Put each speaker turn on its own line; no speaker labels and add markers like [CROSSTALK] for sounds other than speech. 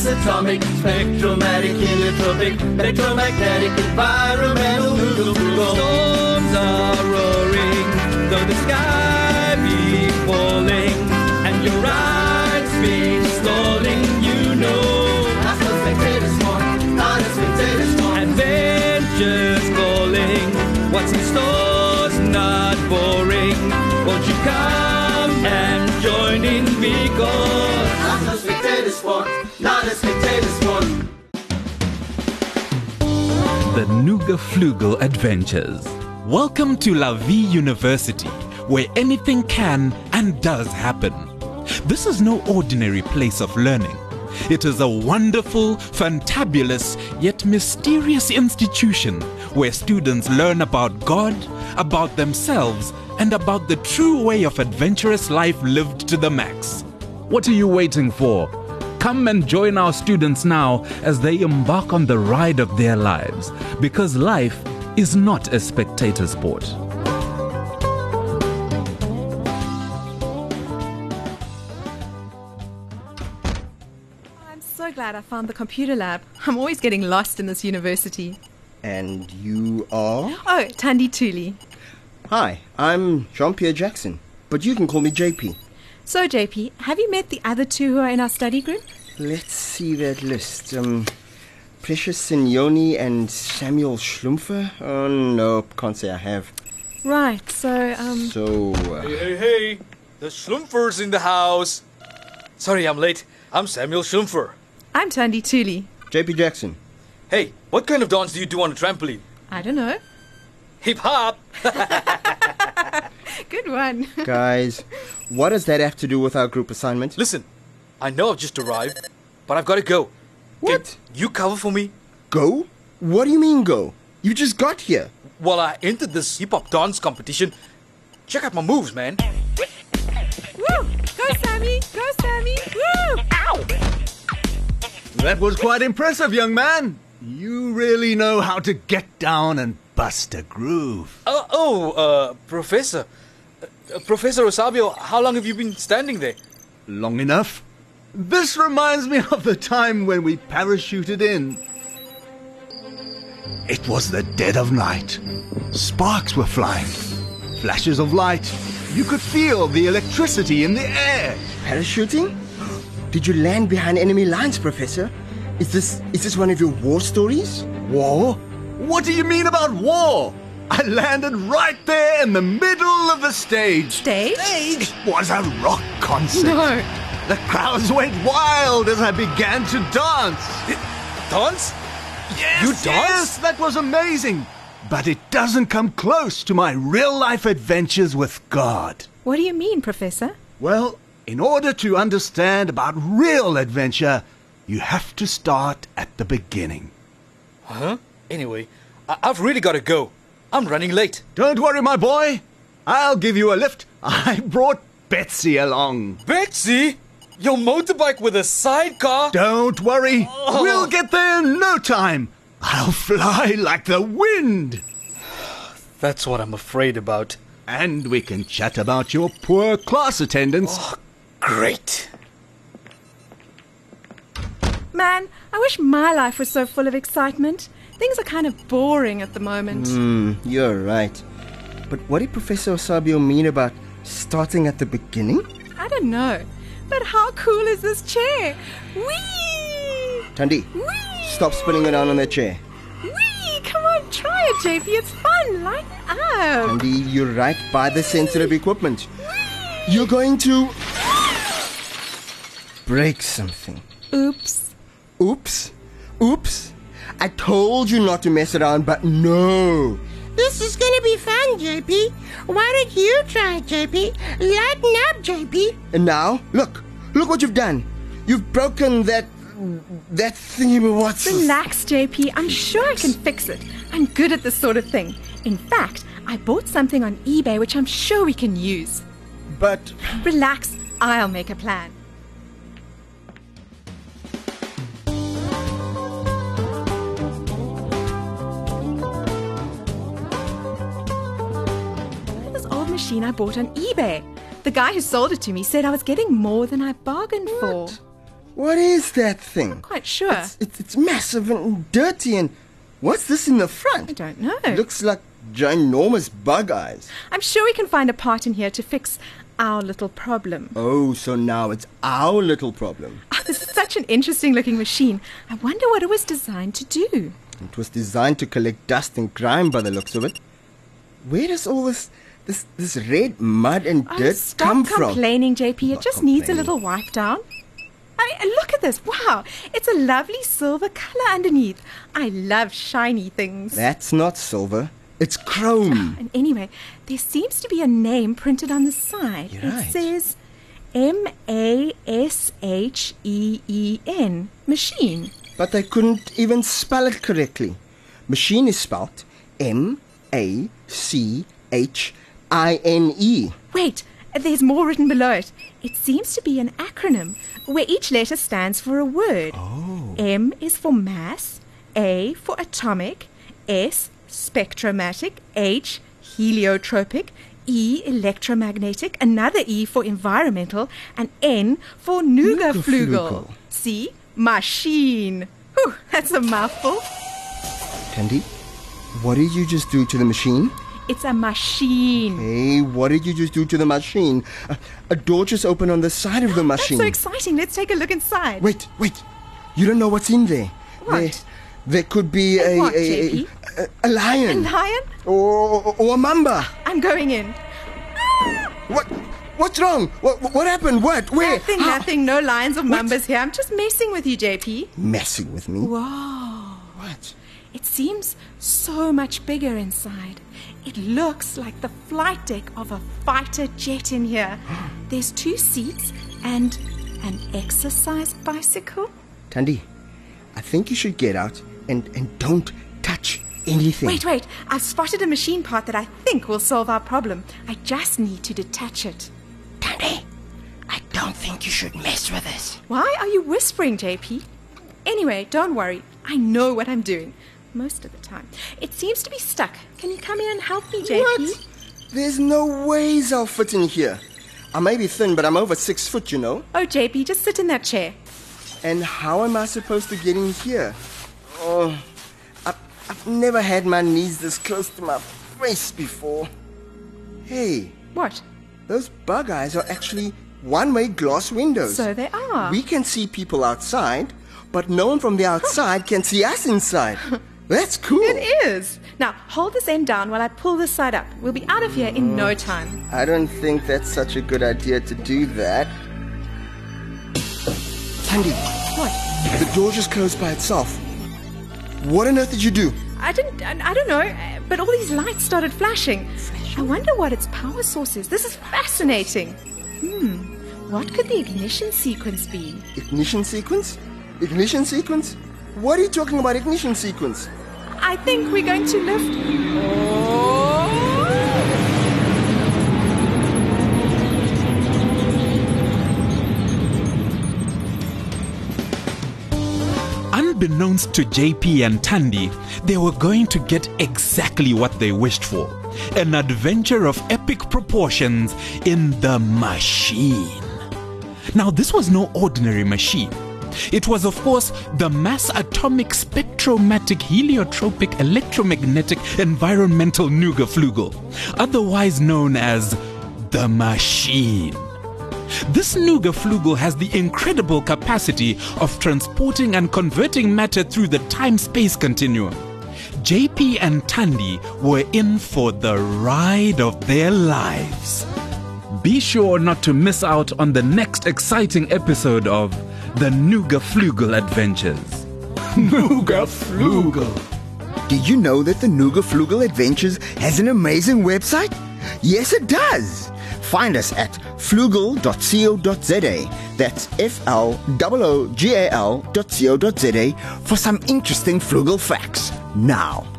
Atomic, spectromatic, heliotropic, electromagnetic, environmental, oogle, boogle. Storms are roaring, though the sky be falling, and your ride's been stalling, you know. That's what spectators want, not as spectators want. Adventure's calling, what's in store's not boring. Won't you come and join in because that's what spectators want, not as spectators want.
The Nuga Flugel Adventures.
Welcome to La Vie University, where anything can and does happen. This is no ordinary place of learning. It is a wonderful, fantabulous, yet mysterious institution where students learn about God, about themselves, and about the true way of adventurous life lived to the max.
What are you waiting for? Come and join our students now as they embark on the ride of their lives, because life is not a spectator sport.
I'm so glad I found the computer lab. I'm always getting lost in this university.
And you are?
Oh, Tandy Tuli.
Hi, I'm Jean Pierre Jackson, but you can call me JP.
So, JP, have you met the other two who are in our study group?
Let's see that list. Um, Precious Signoni and Samuel Schlumpfer? Oh, no, can't say I have.
Right, so, um,
So, uh,
Hey, hey, hey! The Schlumpfer's in the house! Sorry, I'm late. I'm Samuel Schlumpfer.
I'm Tandy Tuli.
JP Jackson.
Hey, what kind of dance do you do on a trampoline?
I don't know.
Hip hop!
Good one. [LAUGHS]
Guys, what does that have to do with our group assignment?
Listen, I know I've just arrived, but I've gotta go. Can
What?
you cover for me?
Go? What do you mean go? You just got here.
While I entered this hip hop dance competition, check out my moves, man.
Woo! Go, Sammy! Go, Sammy! Woo!
That was quite impressive, young man. You really know how to get down and bust a groove.
Uh, oh, uh, Professor. Uh, Professor Osabio, how long have you been standing there?
Long enough? This reminds me of the time when we parachuted in. It was the dead of night. Sparks were flying, flashes of light. You could feel the electricity in the air.
Parachuting? Did you land behind enemy lines, Professor? Is this is this one of your war stories?
War? What do you mean about war? I landed right there in the middle of the stage.
Dave?
Stage was a rock concert.
No.
The crowds went wild as I began to dance.
Dance?
Yes,
You danced?
Yes, that was amazing. But it doesn't come close to my real life adventures with God.
What do you mean, Professor?
Well, in order to understand about real adventure, you have to start at the beginning.
Huh? Anyway, I- I've really gotta go. I'm running late.
Don't worry, my boy. I'll give you a lift. I brought Betsy along.
Betsy, your motorbike with a sidecar?
Don't worry. We'll get there in no time. I'll fly like the wind.
That's what I'm afraid about.
And we can chat about your poor class attendance.
Great.
Man, I wish my life was so full of excitement. Things are kind of boring at the moment.
Hmm. You're right. But what did Professor Osabio mean about starting at the beginning?
I don't know. But how cool is this chair? Whee!
Tandy,
Whee!
stop spinning around on that chair.
Whee! Come on, try it, JP. It's fun. Lighten up.
Tandy, you're right by the sensitive equipment. You're going to break something.
Oops.
Oops. Oops. I told you not to mess around, but no.
This is gonna be fun, JP. Why don't you try, it, JP? Lighten up, JP.
And now, look. Look what you've done. You've broken that that thingy what's
Relax, JP. I'm sure I can fix it. I'm good at this sort of thing. In fact, I bought something on eBay which I'm sure we can use.
But
Relax. I'll make a plan. Look at this old machine I bought on eBay. The guy who sold it to me said I was getting more than I bargained for.
What is that thing?
Quite sure.
It's, it's massive and dirty and what's this in the
I
front?
don't know.
Looks like ginormous bug eyes.
I'm sure we can find a part in here to fix our little problem. [LAUGHS]
Oh, so now it's our little problem.
This is such an interesting looking machine. I wonder what it was designed to do.
It was designed to collect dust and grime by the looks of it. Where does all this this this red mud and
Oh,
dirt
stop
come from?
complaining, JP. It
Not
just needs a
complaining.
little wipe down. I mean, look at this. Wow. It's a lovely silver color underneath. I love shiny things.
That's not silver. It's chrome.
and anyway, there seems to be a name printed on the side.
You're
it
right.
says M A S H E E N. Machine.
But they couldn't even spell it correctly. Machine is spelt M A C H I N E.
Wait, there's more written below it. It seems to be an acronym where each letter stands for a word. M is for mass, A for atomic, S spectromatic, H heliotropic, E electromagnetic, another E for environmental, and N for Nugaflugel.
Nugaflugel.
See? Machine. Whew, that's a mouthful.
Candy, what did you just do to the machine?
It's a machine.
Hey, what did you just do to the machine? A, a door just opened on the side of the
[GASPS]
machine.
That's so exciting. Let's take a look inside.
Wait, wait. You don't know what's in there.
What?
There, there could be
A
a,
what,
a,
JP?
a, a lion.
Lion,
or, or- or a mamba.
I'm going in.
What? What's wrong? What, what happened? What? Where?
Nothing,
How?
nothing. No lines or mumbers here. I'm just messing with you, JP.
Messing with me?
Whoa.
What?
It seems so much bigger inside. It looks like the flight deck of a fighter jet in here. There's two seats and an exercise bicycle.
Tandy, I think you should get out and, and don't touch anything.
Wait, wait. I've spotted a machine part that I think will solve our problem. I just need to detach it.
Tandy, I don't think you should mess with this.
Why are you whispering, JP? Anyway, don't worry. I know what I'm doing. Most of the time. It seems to be stuck. Can you come in and help me, JP?
What? There's no ways I'll fit in here. I may be thin, but I'm over six foot, you know.
Oh, JP, just sit in that chair.
And how am I supposed to get in here? Oh, I've, I've never had my knees this close to my face before. Hey,
What?
those bug eyes are actually one way glass windows.
So they are.
We can see people outside, but no one from the outside can see us
[LAUGHS]
inside. That's cool.
It is. Now, hold this end down while I pull this side up. We'll be out of here in no time.
I don't think that's such a good idea to do that. Tandy,
What?
the door just closed by itself. What on earth did you do?
I didn't. I I don't know, uh, but all these lights started flashing. I wonder what its power source is. This is fascinating. Hmm. What could the ignition sequence be?
Ignition sequence? Ignition sequence? What are you talking about, ignition sequence?
I think we're going to lift. Oh!
Unbeknownst to JP and Tandy, they were going to get exactly what they wished for an adventure of epic proportions in the machine. Now, this was no ordinary machine. It was, of course, the mass atomic spectromatic heliotropic electromagnetic environmental Nugaflugel, otherwise known as the machine. This Nugaflugel has the incredible capacity of transporting and converting matter through the time space continuum. JP and Tandy were in for the ride of their lives.
Be sure not to miss out on the next exciting episode of the Nuga Flugel Adventures.
Nugaflugel.
Did you know that the Nuga Flugel Adventures has an amazing website? Yes, it does.
Find us at flugel.co.za. That's F L O O G A L dot co dot za for some interesting flugel facts.
Now,